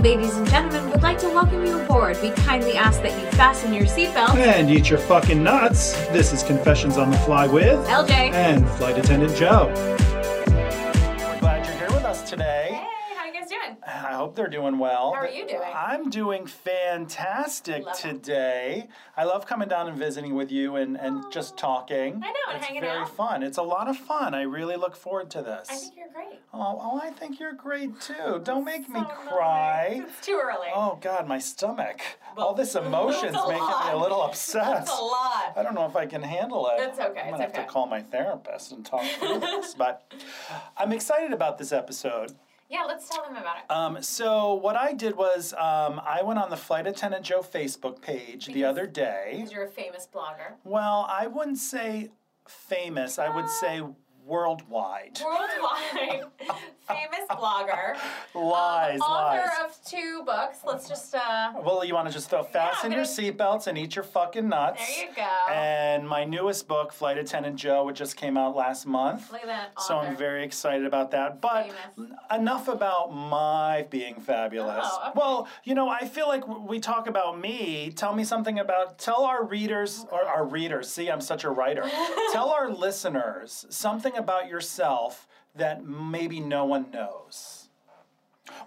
ladies and gentlemen, would like to welcome you aboard. We kindly ask that you fasten your seatbelt. And eat your fucking nuts. This is Confessions on the Fly with LJ. and Flight Attendant Joe. We're glad you're here with us today. how you guys doing? I hope they're doing well. How are you doing? I'm doing fantastic Love it. today. I love coming down and visiting with you and, and just talking. I know, and it's hanging very out. fun. It's a lot of fun. I really look forward to this. I think you're great. oh, oh, I think you're great too. Don't make me So cry. nice. It's too early. Oh God, my stomach. All this emotion's that's a making me a lot. little upset. That's a lot. I don't know if I can handle it. It's okay, I'm gonna it's have okay. to call my therapist and talk through this. But I'm excited about this episode. Yeah, let's tell them about it. Um, so what I did was um, I went on the flight attendant Joe Facebook page the other day. Because you're a famous blogger. Well, I wouldn't say famous. I would say worldwide. Worldwide famous blogger. Lies, Um, Author lies. of two books. Let's just, uh, Well, you want to just throw fasten gonna- your seatbelts and eat your fucking nuts. there you go. And my newest book, Flight Attendant Joe, which just came out last month. Look at that. Author. So I'm very excited about that. But Famous. enough about my being fabulous. Oh, okay. Well, you know, I feel like w- we talk about me. Tell me something about, tell our readers, or our readers, see, I'm such a writer. tell our listeners something about yourself that maybe no one knows.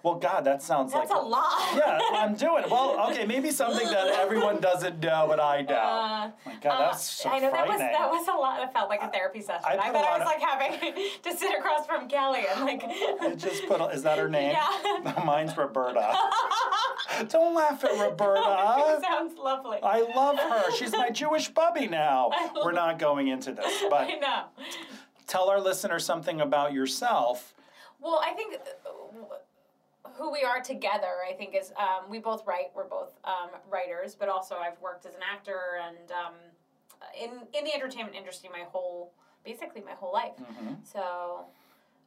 Well, God, that sounds That's like a lot. yeah, I'm doing. Well, okay, maybe something that everyone doesn't know, but I know. Uh, My God, Uh, that's so I know that was frightening. that was a lot. It felt like a therapy session. I, I put a thought I lot was of- like having to sit across from Kelly and like. It just put. Is that her name? Yeah. Mine's Roberta. Don't laugh at it Roberta. sounds lovely. Uh, I love her. She's my Jewish bubby now. We're not going into this, but I know. tell our listeners something about yourself. Well, I think uh, who we are together. I think is um, we both write. We're both um, writers, but also I've worked as an actor and um, in in the entertainment industry my whole basically my whole life. Mm-hmm. So,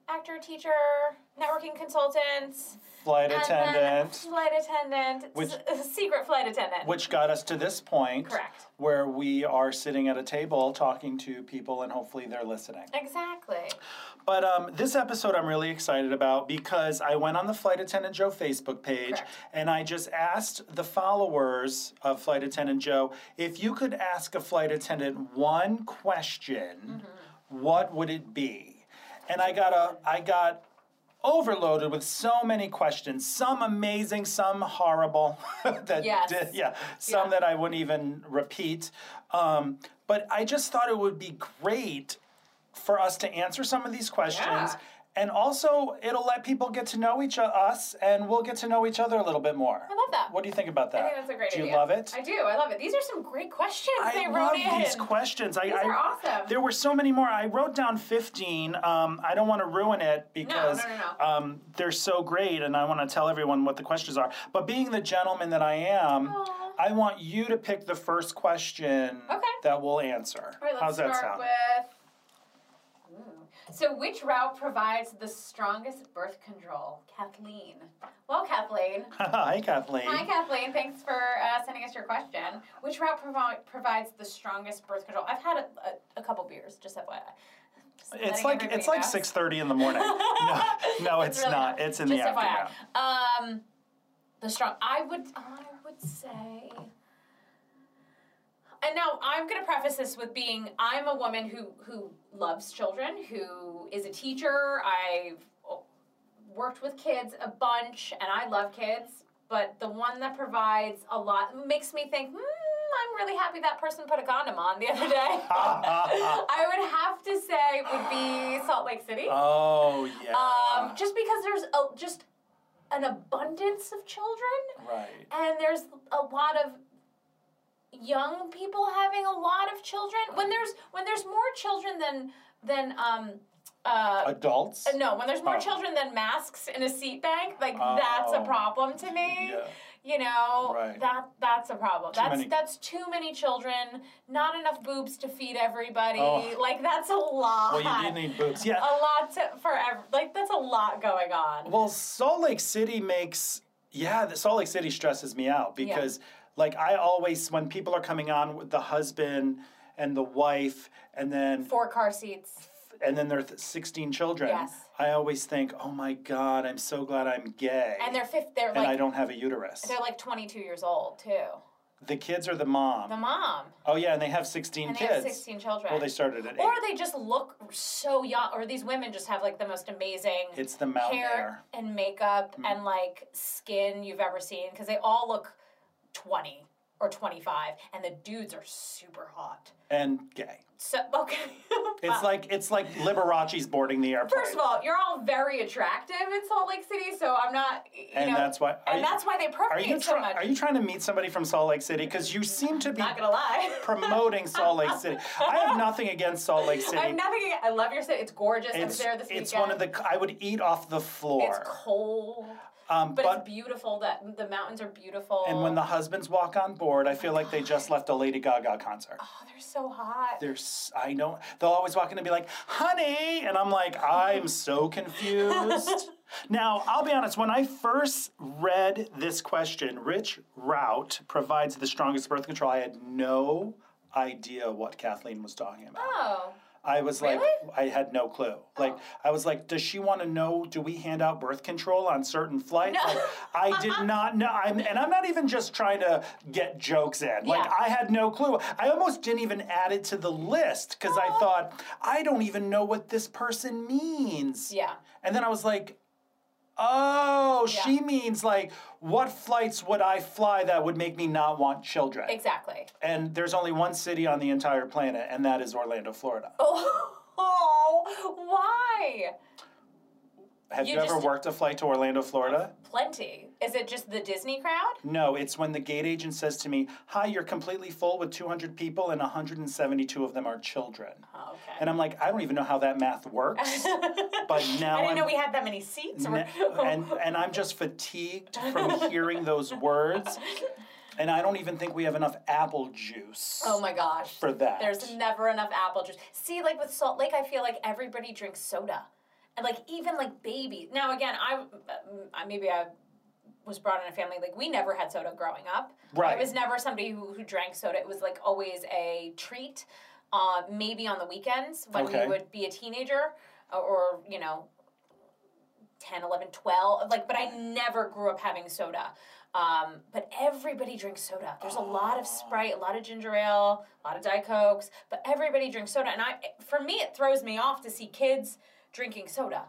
actor, teacher, networking consultant. And Flight then attendant, Flight attendant. Which- s- secret flight attendant. which got us to this point. Correct. Where we are sitting at a table talking to people, and hopefully they're listening. Exactly. But um, this episode I'm really excited about because I went on the Flight Attendant Joe Facebook page Correct. and I just asked the followers of Flight Attendant Joe if you could ask a flight attendant one question, Mm-hmm. what would it be? And I got a I got overloaded with so many questions, some amazing, some horrible. that Yes. did- yeah, some Yeah. that I wouldn't even repeat. Um, but I just thought it would be great for us to answer some of these questions. Yeah. And also, it'll let people get to know each o- us, and we'll get to know each other a little bit more. I love that. What do you think about that? I think that's a great do idea. you love it? I do. I love it. These are some great questions they I wrote in. love these questions. I, I, are awesome. There were so many more. I wrote down 15. Um, I don't want to ruin it because no, no, no. Um, they're so great, and I want to tell everyone what the questions are. But being the gentleman that I am, Aw. I want you to pick the first question Okay. that we'll answer. All right, let's How's that start sound? with. Ooh. So, which route provides the strongest birth control? Kathleen. Well, Kathleen. Hi, Kathleen. Hi, Kathleen. Thanks for uh, sending us your question. Which route provi- provides the strongest birth control? I've had a, a, a couple beers, just FYI. Just It's letting like everybody it's like know. six thirty in the morning. No, no, it's, really not. It's in Just the afternoon. FYI. Um, the strong. I would. I would say. And now I'm going to preface this with being I'm a woman who who loves children, who is a teacher. I've worked with kids a bunch, and I love kids. But the one that provides a lot makes me think. Hmm, I'm really happy that person put a condom on the other day. I would have to say would be Salt Lake City. Oh yeah. Um, just because there's a, just an abundance of children, right. and there's a lot of young people having a lot of children. When there's when there's more children than than um uh. Adults. no, when there's more Oh. children than masks in a seat bank, like that's a Oh. problem to me. Yeah. You know, Right. that that's a problem. that's many- that's too many children, not enough boobs to feed everybody. Oh. Like that's a lot. Well, you do need boobs. Yeah. a lot to, for ev- like that's a lot going on. Well, Salt Lake City makes yeah, the Salt Lake City stresses me out because like I always when people are coming on with the husband and the wife and then four car seats. and then there's 16 children. Yes. I always think, oh my God, I'm so glad I'm gay. And they're fifth. They're and I like don't have a uterus. they're like 22 years old too. The kids are the mom. The mom oh yeah, and they have 16 and they kids. have 16 children. Well, they started at or eight. they just look so young, or these women just have like the most amazing It's the mountain hair air. Mm-hmm. and makeup and like skin you've ever seen because they all look 20 or 25, and the dudes are super hot. and gay. So okay, It's like it's like Liberace's boarding the airplane. First of all, you're all very attractive in Salt Lake City, so I'm not. You And know, that's why- are And you- that's why they are permeate you so try- much. are you trying to meet somebody from Salt Lake City? Because you seem to be not gonna lie. promoting Salt Lake City. I have nothing against Salt Lake City. I have nothing. against- I love your city. It's gorgeous. I was it's there this weekend. it's one of the I would eat off the floor. It's cold, um, but, but it's beautiful. That the mountains are beautiful. and when the husbands walk on board, I feel like they just left a Lady Gaga concert. oh, they're so hot. There's I know they'll always walk in and be like, "Honey," and I'm like, "I'm so confused." now I'll be honest. When I first read this question, Rich Rout provides the strongest birth control. I had no idea what Kathleen was talking about. oh, I was like, Really? I had no clue. Like, I was like, does she want to know? Do we hand out birth control on certain flights? No. Like, I did not know. I'm, and I'm not even just trying to get jokes in. Like, Yeah. I had no clue. I almost didn't even add it to the list because I thought, I don't even know what this person means. yeah. And then I was like, oh, Yeah. she means like, what flights would I fly that would make me not want children? Exactly. And there's only one city on the entire planet, and that is Orlando, Florida. Oh, why? Have You you, ever just- worked a flight to Orlando, Florida? Plenty. Is it just the Disney crowd? No, it's when the gate agent says to me, Hi, you're completely full with 200 people, and 172 of them are children. Oh, okay. And I'm like, I don't even know how that math works. but now I didn't am know we had that many seats. or- and, and I'm just fatigued from hearing those words. And I don't even think we have enough apple juice. oh my gosh. For that. There's never enough apple juice. See, like with Salt Lake, I feel like everybody drinks soda, and like even like babies. Now again, I uh, maybe I was brought in a family like we never had soda growing up. Right. I was never somebody who, who drank soda. It was like always a treat, uh, maybe on the weekends when Okay. we would be a teenager or, or you know 10, 11, 12. Like, but I never grew up having soda. Um, but everybody drinks soda. There's a lot Oh. of Sprite, a lot of ginger ale, a lot of Diet Cokes, but everybody drinks soda. And I, for me, it throws me off to see kids drinking soda.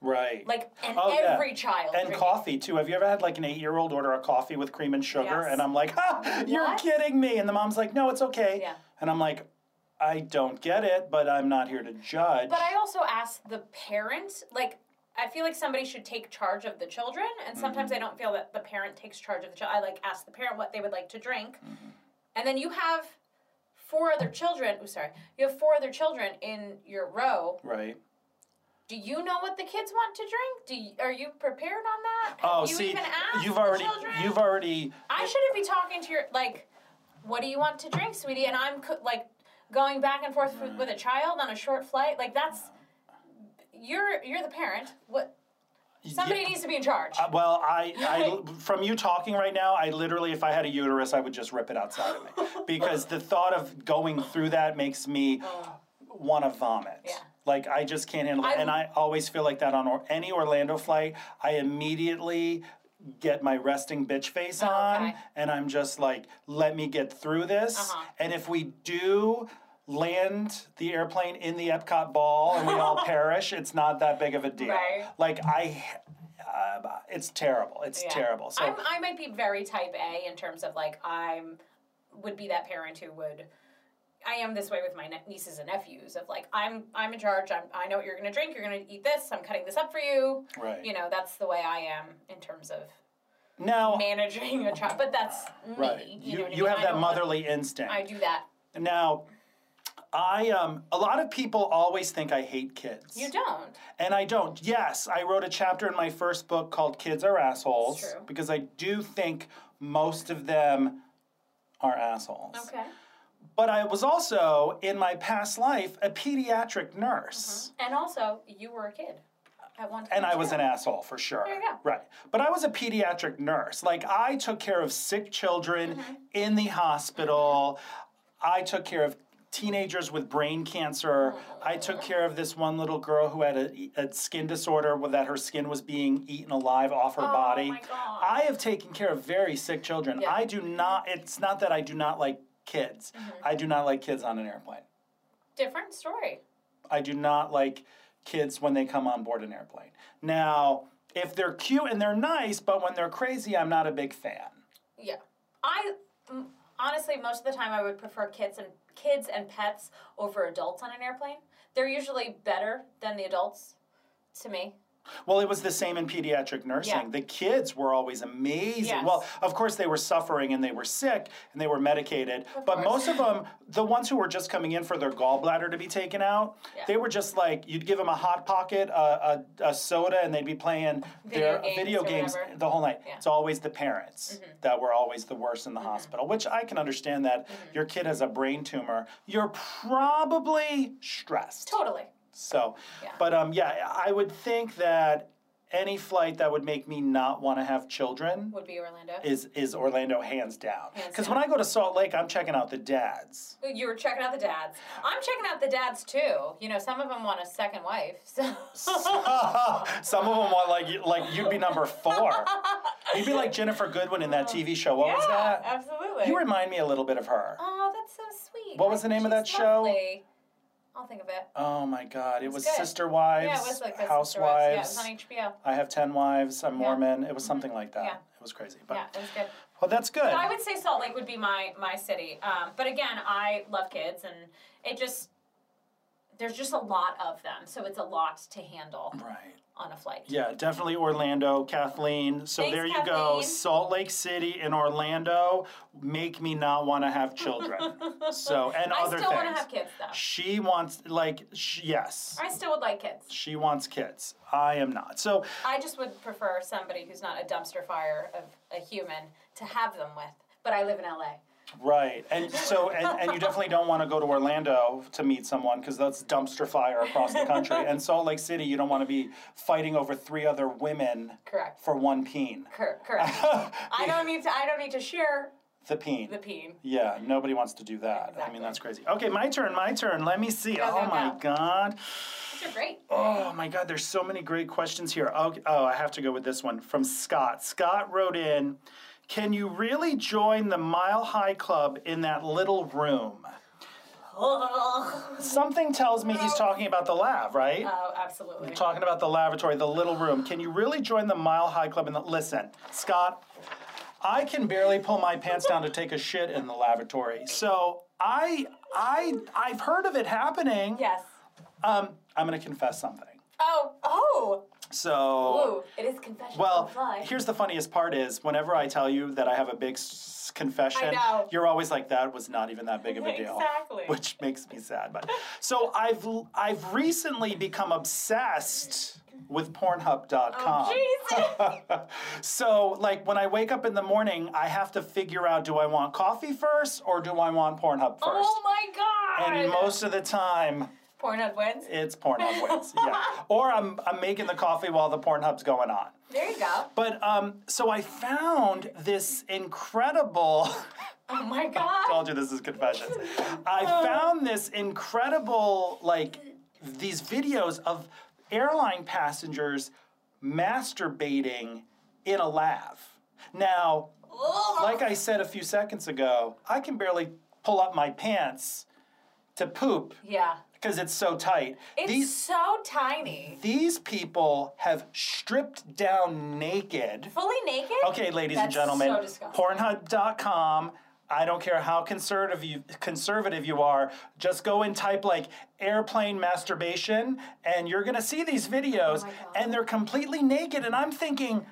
Right. Like, and Oh, yeah. every child. and drinking- coffee too. Have you ever had like an eight-year-old order a coffee with cream and sugar? Yes. And I'm like, ha, you're What? kidding me. And the mom's like, no, it's okay. Yeah. And I'm like, I don't get it, but I'm not here to judge. But I also ask the parent, like, I feel like somebody should take charge of the children, and sometimes I Mm-hmm. don't feel that the parent takes charge of the child. I like ask the parent what they would like to drink, Mm-hmm. and then you have four other children. Oh, sorry, you have four other children in your row. right. Do you know what the kids want to drink? Do you, are you prepared on that? Have Oh, you see, even asked you've the already, children? you've already. I shouldn't be talking to your like, what do you want to drink, sweetie? And I'm co- like going back and forth with, with a child on a short flight. Like that's you're you're the parent. What somebody Yeah. needs to be in charge. Uh, Well, I, I, from you talking right now, I literally, if I had a uterus, I would just rip it outside of me because the thought of going through that makes me want to vomit. Yeah. Like I just can't handle it, I- and I always feel like that on or, any Orlando flight. I immediately get my resting bitch face on, Oh, okay. and I'm just like, "Let me get through this." Uh-huh. And if we do land the airplane in the Epcot ball and we all perish, it's not that big of a deal. Right. Like I, uh, it's terrible. It's Yeah. terrible. So I'm, I might be very type A in terms of like I'm would be that parent who would. I am this way with my nie- nieces and nephews of like I'm I'm in charge. I'm, I know what you're gonna drink. You're gonna eat this. I'm cutting this up for you. Right. You know that's the way I am in terms of now, managing a child. But that's me. right? You, You know you, what I mean? have I that don't wanna- motherly instinct. I do that. Now, I um a lot of people always think I hate kids. You don't. And I don't. Yes, I wrote a chapter in my first book called Kids Are Assholes It's true. because I do think most of them are assholes. Okay. But I was also in my past life a pediatric nurse. And also, you were a kid at one time. And I was too. an asshole for sure. There you go. Right. But I was a pediatric nurse. Like I Mm-hmm. took care of sick children in the hospital. I took care of teenagers with brain cancer. I took care of this one little girl who had a, e, a skin disorder where that her skin was being eaten alive off her Oh, body. my God. I have taken care of very sick children. Yeah. Mm-hmm. I do not. It's not that I do not like kids. I do not like kids on an airplane. Different story. I do not like kids when they come on board an airplane. Now, if they're cute and they're nice, but when they're crazy, I'm not a big fan. Yeah. I m- honestly most of the time I would prefer kids and kids and pets over adults on an airplane. They're usually better than the adults to me. Well, it was the same in pediatric nursing. Yeah. The kids were always amazing. Yes. Well, of course, they were suffering and they were sick and they were medicated. but course. most of them, the ones who were just coming in for their gallbladder to be taken out, Yeah. they were just like, you'd give them a Hot Pocket, a, a, a soda, and they'd be playing Video their games video or games whatever. the whole night. Yeah. Mm-hmm. It's always the parents that were always the worst in the hospital, which I can understand that Mm-hmm. your kid has a brain tumor. You're probably stressed. Totally. So, Yeah. but um, yeah, I would think that any flight that would make me not want to have children Would be Orlando. is is Orlando hands down. Hands Because down. when I go to Salt Lake, I'm checking out the dads. you were checking out the dads. I'm checking out the dads too. You know, some of them want a second wife. So Some of them want like you- like you'd be number four. You'd be like Jennifer Goodwin in that TV show. What was that? Oh. absolutely. You remind me a little bit of her. Oh, that's so sweet. What was the name of that she's show? lovely. I'll think of it. Oh my God! It was was good. Sister Wives, yeah, it was like the Sister Wives. Yeah, it Housewives. was on HBO. I have ten wives. I'm Mormon. It was something like that. Mm-hmm. Yeah. It was crazy, but Yeah, it was good. well, that's good. But I would say Salt Lake would be my my city. Um, but again, I love kids, and it just there's just a lot of them, so it's a lot to handle right. on a flight. Yeah, definitely Orlando, Kathleen. So Thanks, there you go. Kathleen. Salt Lake City and Orlando make me not want to have children. so and I other still things. want to have kids though. She wants like sh- yes. I still would like kids. She wants kids. I am not. So I just would prefer somebody who's not a dumpster fire of a human to have them with. But I live in LA. right. And so and, and you definitely don't want to go to Orlando to meet someone cuz that's dumpster fire across the country. and Salt Lake City, you don't want to be fighting over three other women Correct. for one peen. Cor- correct. I don't need to. I don't need to share the peen. the peen. Yeah, nobody wants to do that. I Exactly. mean, that's crazy. Okay, my turn, my turn. Let me see. oh go, my go. god. These are great. Oh my god, there's so many great questions here. Okay, oh, I have to go with this one from Scott. Scott wrote in, "Can you really join the Mile High Club in that little room?" Oh, Something tells me he's talking about the lav, Uh, right? absolutely. talking about the lavatory, the little room. Can you really join the Mile High Club in the Listen, Scott, I can barely pull my pants down to take a shit in the lavatory. So I I I've heard of it happening. Yes. Um, I'm gonna confess something. Oh, oh. Ooh, So it is confession. Well, fly. here's the funniest part is whenever I tell you that I have a big s- confession, I know. you're always like that was not even that big of a deal. Exactly. Which makes me sad, but so I've l- I've recently become obsessed with pornhub.com. Oh, Jesus. So, like, when I wake up in the morning, I have to figure out do I want coffee first or do I want Pornhub first? oh my god. and most of the time, Pornhub wins. it's Pornhub wins. yeah. Or I'm, I'm making the coffee while the Pornhub's going on. There you go. But um, so I found this incredible. Oh my I god. told you this is confessions. I found this incredible, like, these videos of airline passengers masturbating in a lav. Now, Ugh. like I said a few seconds ago, I can barely pull up my pants to poop yeah. because it's so tight. It's these so tiny. these people have stripped down naked. Fully naked? Okay, ladies and That's gentlemen, so disgusting. Pornhub.com. I don't care how conservative you conservative you are. Just go and type like airplane masturbation, and you're gonna see these videos, Oh my God. and they're completely naked. And I'm thinking,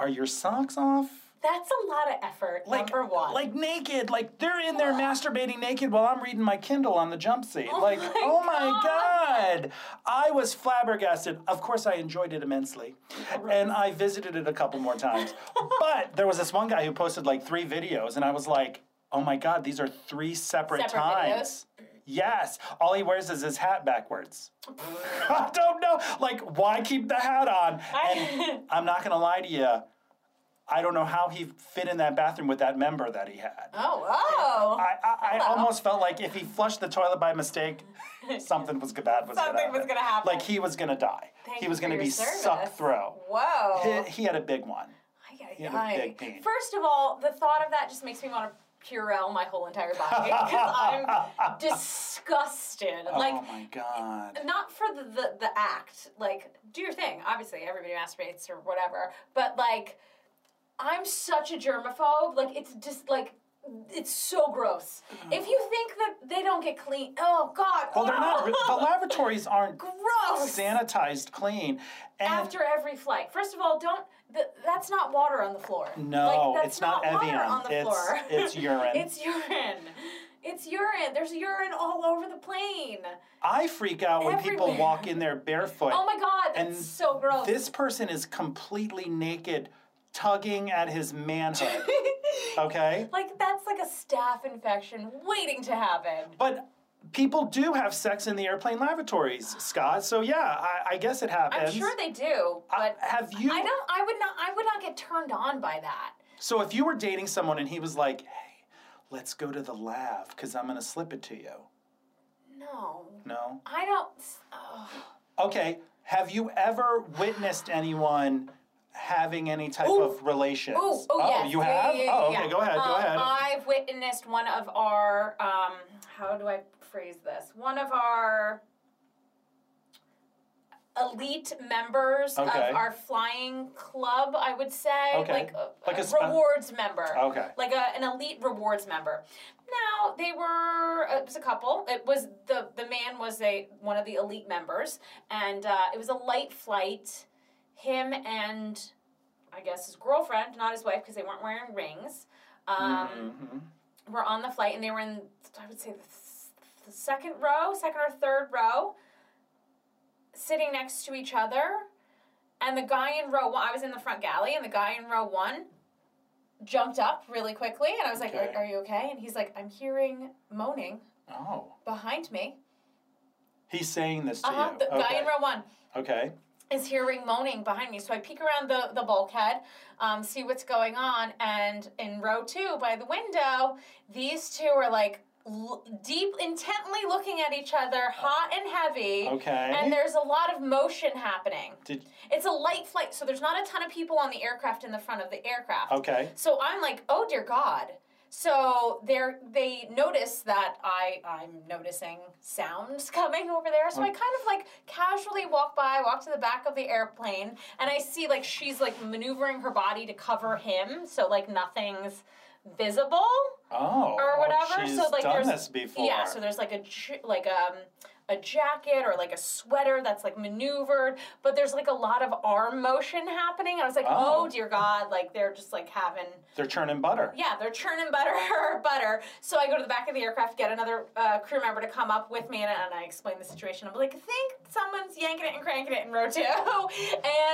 are your socks off? That's a lot of effort. Like, number one. like naked, like they're in there masturbating naked while I'm reading my Kindle on the jump seat. like, my oh my god, I was flabbergasted. Of course, I enjoyed it immensely, and I visited it a couple more times. but there was this one guy who posted like three videos, and I was like, oh my god, these are three separate, Separate times. Yes, all he wears is his hat backwards. I don't know. Like, why keep the hat on? I- And I'm not gonna lie to you. I don't know how he fit in that bathroom with that member that he had. Oh, oh. I, I, I almost felt like if he flushed the toilet by mistake, something was g- bad was gonna Something was gonna happen. Like he was gonna die. Thank he you was for gonna your be sucked service. through. Whoa. He, he had a big one. Ay, ay, He had a ay. big pain. First of all, the thought of that just makes me want to Purell my whole entire body because I'm disgusted. Like, oh my god. not for the, the the act. Like, do your thing. Obviously, everybody masturbates or whatever. But like, I'm such a germaphobe. Like, it's just like. It's so gross. If you think that they don't get clean, oh God! oh, Mm-hmm. Well, they're not. re- The laboratories aren't gross. sanitized clean. And after every flight. First of all, don't. Th- that's not water on the floor. No, like, that's it's not, water Evian. on the it's floor. it's urine. it's urine. It's urine. There's urine all over the plane. I freak out when people everywhere. walk in there barefoot. Oh my God, that's And so gross. This person is completely naked, tugging at his manhood. Okay? like that's like a staph infection waiting to happen. But people do have sex in the airplane lavatories, Scott. So yeah, I, I guess it happens. I'm sure they do, I- but Uh, have you? I don't. I would not. I would not get turned on by that. So if you were dating someone and he was like, "Hey, let's go to the lav because I'm gonna slip it to you," No, no? I don't. Oh, Okay. Have you ever witnessed anyone having any type of relations? oh, oh, yes. you Yeah, have? yeah, yeah, oh, yeah, okay. yeah. Go ahead. Go Um, ahead. I've witnessed one of our. Um, how do I phrase this? One of our elite members Okay. of our flying club. I would say, Okay. like, uh, Like a Oh, a spe- rewards member. Okay. like a, an elite rewards member. Now they were uh, it was a couple. It was the the man was a one of the elite members, and uh, it was a light flight. Him and I guess his girlfriend, not his wife, because they weren't wearing rings. Um, Mhm. were on the flight and they were in I would say the, s- the second row, second or third row, sitting next to each other. And the guy in row one, I was in the front galley, and the guy in row one jumped up really quickly, and I was like, Okay. are, "Are you okay?" And he's like, "I'm hearing moaning Oh, behind me." he's saying this to Uh huh. you. The guy okay. in row one okay. is hearing moaning behind me. So I peek around the, the bulkhead, um, see what's going on, and in row two by the window, these two are like l- deep, intently looking at each other, hot and heavy. Okay. And there's a lot of motion happening. Did It's a light flight, so there's not a ton of people on the aircraft in the front of the aircraft. okay. So I'm like, oh dear God. So they they notice that I I'm noticing sounds coming over there. So I Mm. kind of like casually walk by, walk to the back of the airplane, and I see like she's like maneuvering her body to cover him, so like nothing's visible Oh. or whatever. She's so like done there's this before. yeah. So there's like a j- like um a jacket or like a sweater that's like maneuvered, but there's like a lot of arm motion happening. I was like, Oh. oh dear God, like they're just like having. They're churning butter. Yeah, they're churning butter, butter. So I go to the back of the aircraft, get another uh, crew member to come up with me, and, and I explain the situation. I'm like, I think someone's yanking it and cranking it in row two.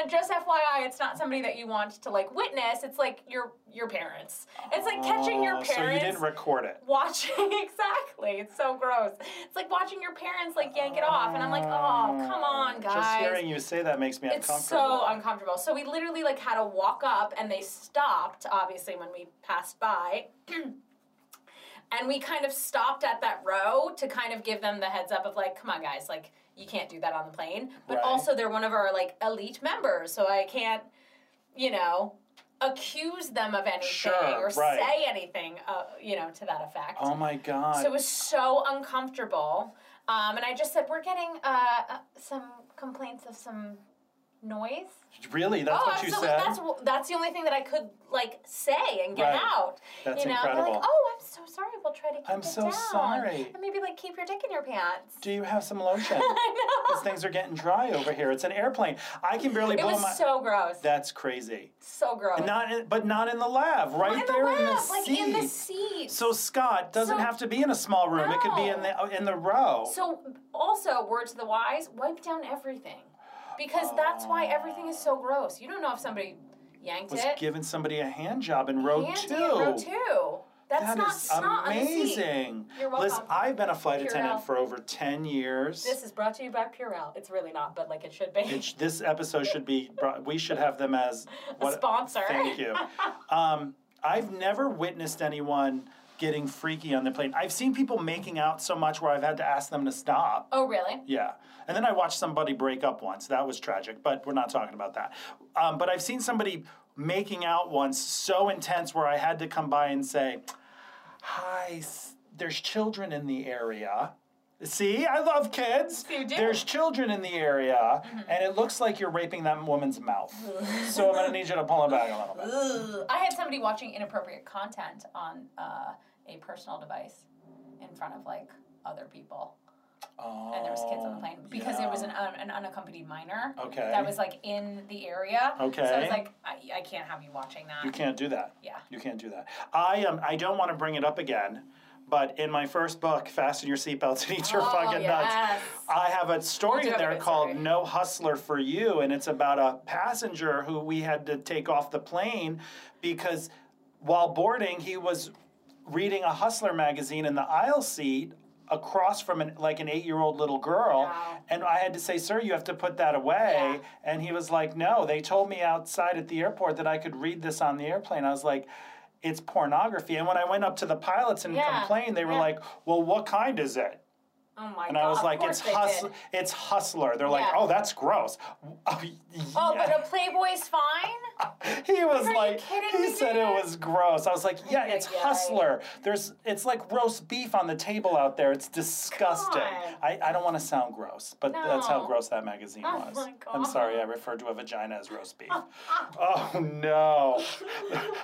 and just FYI, it's not somebody that you want to like witness. It's like your your parents. It's like catching your Oh, parents. So you didn't record it. Watching exactly, it's so gross. It's like watching your parents like yank it off, and I'm like, oh come on, guys. Just hearing you say that makes me It's uncomfortable. so uncomfortable. So we literally like had to walk up, and they stopped obviously when we passed by, and we kind of stopped at that row to kind of give them the heads up of like, come on guys, like you can't do that on the plane. But Right. also they're one of our like elite members, so I can't, you know, accuse them of anything Sure, or right. say anything, uh, you know, to that effect. oh my god. So it was so uncomfortable. Um, and I just said, we're getting uh, uh, some complaints of some noise. really? That's oh, what you absolutely. said? That's, wh- that's the only thing that I could, like, say and get Right. out. That's you know? They're incredible. Like, oh, I'm so sorry. We'll try to keep I'm it so down. sorry. And maybe, like, keep your dick in your pants. Do you have some lotion? I know. Because things are getting dry over here. It's an airplane. I can barely It blow was my. so gross. That's crazy. so gross. And not, in, but not in the lab. Right in the there in the lab, like, in the seat. seat. So Scott doesn't So- have to be in a small room. It could be in the in the row. So, also, words to the wise, wipe down everything. Because that's why everything is so gross. You don't know if somebody yanked was it. giving somebody a hand job in row Handy two. in Row two. That's That not is snot on the seat. amazing. You're Listen, welcome. I've been a flight Purell. attendant for over 10 years. This is brought to you by Purell. It's really not, but like it should be. It sh- this episode should be, brought, we should have them as a sponsor. Thank you. Um, I've never witnessed anyone getting freaky on the plane. I've seen people making out so much where I've had to ask them to stop. Oh, really? Yeah. And then I watched somebody break up once. That was tragic, but we're not talking about that. Um, but I've seen somebody making out once so intense where I had to come by and say, Hi, s- there's children in the area. See, I love kids. You do. Mm-hmm. There's children in the area, and it looks like you're raping that woman's mouth. so I'm gonna need you to pull it back a little bit. Ugh. I had somebody watching inappropriate content on uh, a personal device in front of like other people, and there was kids on the plane because it was an, un- an unaccompanied minor Oh, Okay. that was like in the area. so I Okay. was like, I, I can't have you watching that. You can't do that. Yeah. You can't do that. I um, I don't want to bring it up again, but in my first book, Fasten Your Seatbelts and Eat Your Oh, Fucking yes. Nuts, I have a You story do in have a there good called story. No Hustler for You, and it's about a passenger who we had to take off the plane because while boarding, he was reading a Hustler magazine in the aisle seat across from an, like an eight-year-old little girl Wow. and i had to say sir you have to put that away Yeah. and he was like, No, they told me outside at the airport that I could read this on the airplane. I was like, It's pornography. And when I went up to the pilots and Yeah, complained, they were yeah. like, Well, what kind is it? Oh my And god! I was of like, course It's they hustler. did. It's hustler. They're like, Yeah. Oh, that's gross. Oh, Oh, but a Playboy's fine. he was Are you like, kidding he me, said dude? it was gross. I was like, yeah, Yeah, it's yeah, hustler. There's, it's like roast beef on the table out there. It's disgusting. God. I, I don't want to sound gross, but that's how No. gross that magazine Oh was. my I'm sorry, I God. referred to a vagina as roast beef. oh no,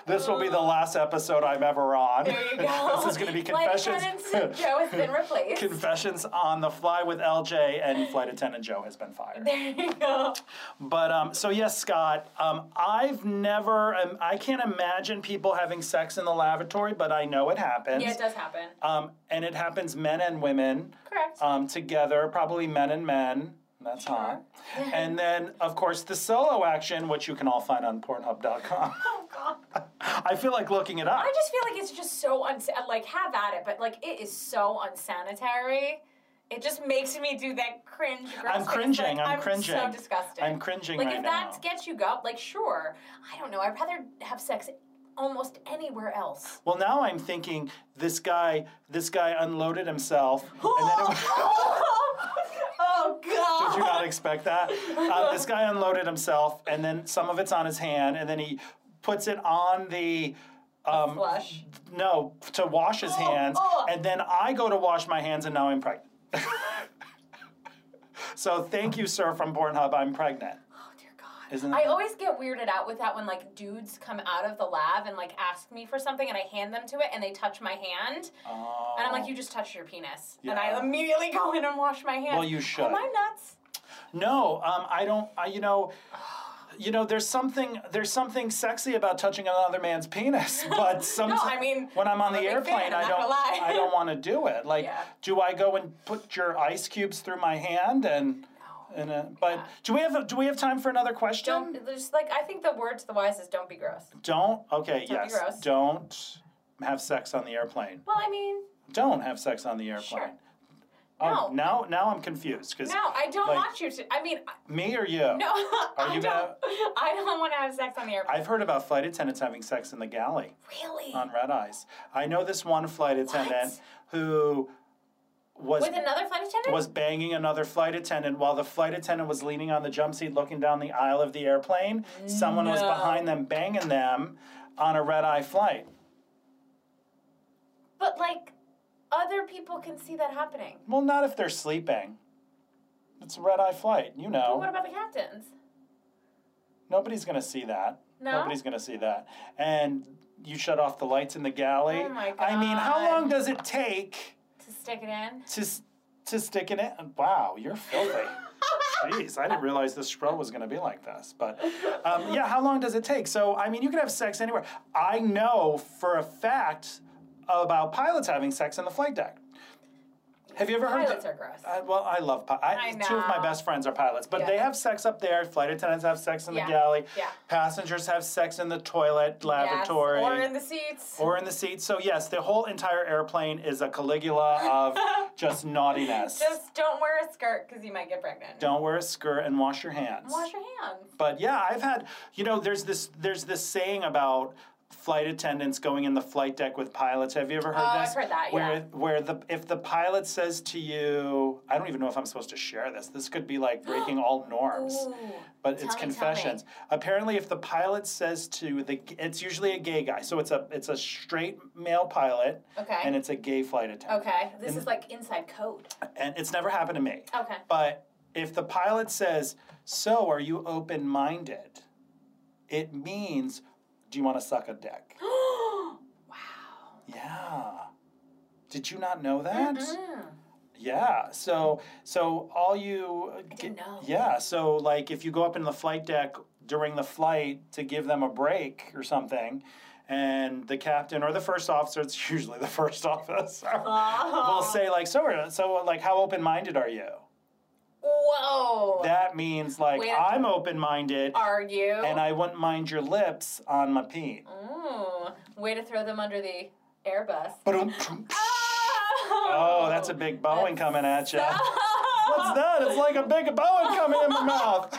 this will be the last episode I'm ever on. There you go. this is going to be Flight confessions. attendants, Joe has been replaced. Confessions on the fly with LJ and flight attendant Joe has been fired. there you go. But um, so yes, Scott, um, I've never, um, I can't imagine people having sex in the lavatory, but I know it happens. Yeah, it does happen. Um, and it happens men and women Correct. um, together, probably men and men. That's hot. and then, of course, the solo action, which you can all find on Pornhub.com. oh god. I feel like looking it up. I just feel like it's just so uns like have at it, but like it is so unsanitary. It just makes me do that cringe. gross I'm face, like, cringing. I'm, I'm cringing. So disgusted. I'm cringing Like right if now. that gets you go, like sure. I don't know. I'd rather have sex almost anywhere else. Well, now I'm thinking this guy, this guy unloaded himself, and then it was. oh god. Did you not expect that? Uh, this guy unloaded himself, and then some of it's on his hand, and then he puts it on the. Um, Flush. No, to wash his hands, oh. and then I go to wash my hands, and now I'm pregnant. so thank you, sir, from Pornhub. I'm pregnant. Oh dear God. Isn't I that- always get weirded out with that when like dudes come out of the lab and like ask me for something and I hand them to it and they touch my hand Oh. and I'm like, you just touched your penis. And Yeah. I immediately go in and wash my hands. Well, you should. Am I nuts? No, um, I don't. I, you know, you know, there's something there's something sexy about touching another man's penis, but sometimes I mean, when I'm on I'm a the big airplane, fan, I'm not I don't gonna lie. I don't want to do it. Like, Yeah. do I go and put your ice cubes through my hand and? And, uh, but do we have do we have time for another question? Don't there's like I think the word to the wise is don't be gross. Don't- okay Don't be yes gross. don't have sex on the airplane. Well, I mean, Don't have sex on the airplane. Sure. Oh, No. now now I'm confused because no, I don't like- want you to. I mean, I- me or you? no, I you don't. gonna- I don't want to have sex on the airplane. I've heard about flight attendants having sex in the galley. really? on red eyes. I know this one flight attendant What? who was With another flight attendant? was banging another flight attendant while the flight attendant was leaning on the jump seat looking down the aisle of the airplane. Someone was No. behind them banging them on a red eye flight. but like, other people can see that happening. Well, not if they're sleeping. It's a red eye flight, you know. What about the captains? Nobody's gonna see that. No? Nobody's gonna see that. And you shut off the lights in the galley. Oh my I mean, how God. long does it take To stick it in? to s- to stick in it? Wow, you're filthy. Jeez, I didn't realize this scroll was going to be like this. But um, yeah, how long does it take? So, I mean, you can have sex anywhere. I know for a fact about pilots having sex on the flight deck. Have you ever heard? Pilots the- are gross. Uh, well, I love pilots. I Two of my know. best friends are pilots, but Yeah. they have sex up there. Flight attendants have sex in Yeah. the galley. Yeah. Passengers have sex in the toilet lavatory. Yes, or in the seats. or in the seat. So yes, the whole entire airplane is a Caligula of just naughtiness. Just don't wear a skirt because you might get pregnant. Don't wear a skirt and wash your hands. wash your hands. But yeah, I've had you know there's this there's this saying about flight attendants going in the flight deck with pilots. Have you ever heard Oh, I've this? heard that, Where yeah. where the if the pilot says to you, I don't even know if I'm supposed to share this. This could be like breaking all norms. Tell But it's me, tell me. confessions. Apparently, if the pilot says to the, it's usually a gay guy, so it's a it's a straight male pilot, Okay. and it's a gay flight attendant. okay. This is like inside code. And it's never happened to me. Okay. But if the pilot says, So are you open minded? It means, Do you want to suck a dick? wow. yeah. Did you not know that? Mm-hmm. Mm. Yeah. So, so all you. I didn't know. Yeah. So, like, if you go up in the flight deck during the flight to give them a break or something, and the captain or the first officer, it's usually the first officer, will say, like, so, are- so, like, how open minded are you? Whoa. That means like Wait a- I'm open minded Are you? and I wouldn't mind your lips on my peen. Ooh. Mm. Way to throw them under the airbus. Ba-dum, pum, psh. Oh, that's a big Boeing coming at you. What's that? It's like a big Boeing coming in my mouth.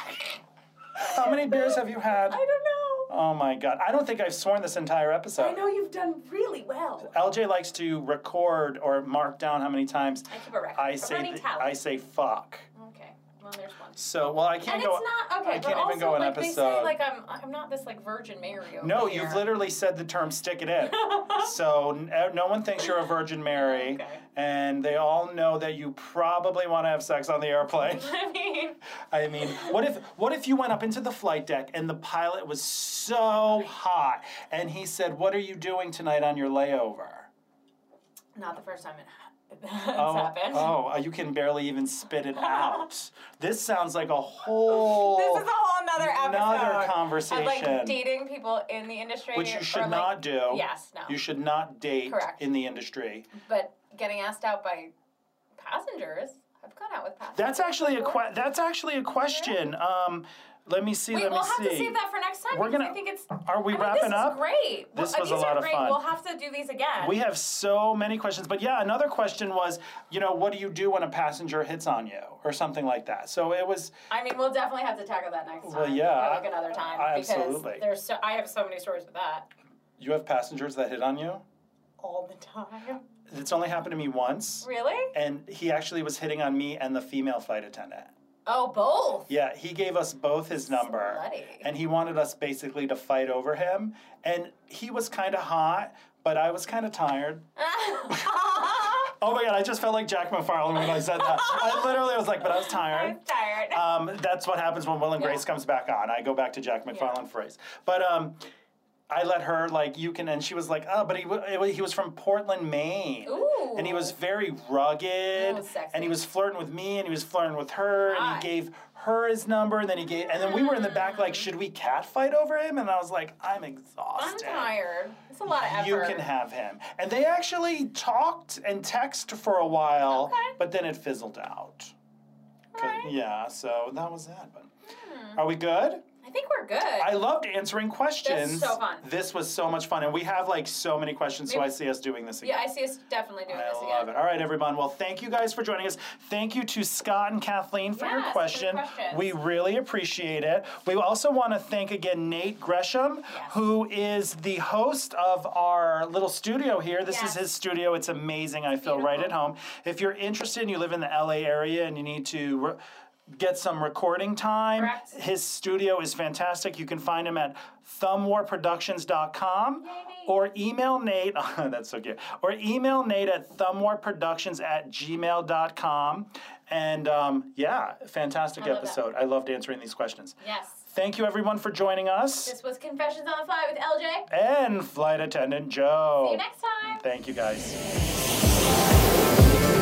How many beers have you had? I don't know. Oh my god. I don't think I've sworn this entire I episode. know you've done really well. LJ likes to record or mark down how many times I keep a record. I A say running th- tally. I say fuck. Okay. Well, there's one. So well I can't And go it's not okay. I but can't also, even go an like, episode. They say, like I'm, I'm not this like Virgin Mary. Over No, here. you've literally said the term "stick it in." so n- uh, no one thinks you're a Virgin Mary, Okay. and they all know that you probably want to have sex on the airplane. I mean, I mean, what if what if you went up into the flight deck and the pilot was so hot, and he said, "What are you doing tonight on your layover?" not the first time it ha- it's Oh, happened. oh, uh, you can barely even spit it out. this sounds like a whole. This is a whole nother episode. another Of, like conversation. dating people in the industry. which you should or, like, not do. Yes, no. You should not date Correct. in the industry. But getting asked out by passengers. I've gone out with passengers. That's actually a before. que- that's actually a question. Um, let me see. Wait, let me we'll see. have to save that for next time. We're because I gonna- think it's. Are we I mean, wrapping this up? Is great. This well, was these a lot are of great. fun. We'll have to do these again. We have so many questions, but yeah, another question was, you know, what do you do when a passenger hits on you or something like that? So it was I mean, we'll definitely have to tackle that next time. Well, yeah, like another time. I- because absolutely. There's so, I have so many stories with that you have passengers that hit on you. all the time. It's only happened to me once, Really? and he actually was hitting on me and the female flight attendant. Oh, both. Yeah, he gave us both his number. Slutty. And he wanted us basically to fight over him. And he was kind of hot, but I was kind of tired. I'm Oh my God, I just felt like Jack McFarlane when I said that. I literally was like, but I was tired. tired. Um, that's what happens when Will and Yeah. Grace comes back on. I go back to Jack McFarlane phrase. But um, I let her, like, you can, and she was like, oh, but he, w- it wa- he was from Portland, Maine. Ooh. And he was very rugged. Ooh, sexy. and he was flirting with me and he was flirting with her. Hot. Mm. And he gave her his number and then he gave, and then we were in the back, like, should we catfight over him? And I was like, I'm exhausted. I'm tired. It's a lot of effort. You can have him. And they actually talked and texted for a while, Okay. but then it fizzled out. 'Cause- Alright. Yeah, so that was that. But are we good? I think we're good. I loved answering questions. Hmm. so fun. This was so much fun, and we have like so many questions. So Maybe- I see us doing this again. yeah, I see us definitely doing I this again. love it. All right, everyone. Well, thank you guys for joining us. Thank you to Scott and Kathleen for Yes, your for the question. questions. We really appreciate it. We also want to thank again Nate Gresham, who is the host of our little studio here. This Yes. is his studio. It's amazing. I feel right at home. If you're interested and you live in the LA area and you need to. Re- Get some recording time. Correct. His studio is fantastic. You can find him at thumbwarproductions.com or email Nate. that's so cute. Or email Nate at thumbwarproductions at gmail.com. And um, yeah, fantastic love that. episode. I loved answering these questions. Yes. Thank you everyone for joining us. This was Confessions on the Fly with LJ. and flight attendant Joe. See you next time. Thank you guys.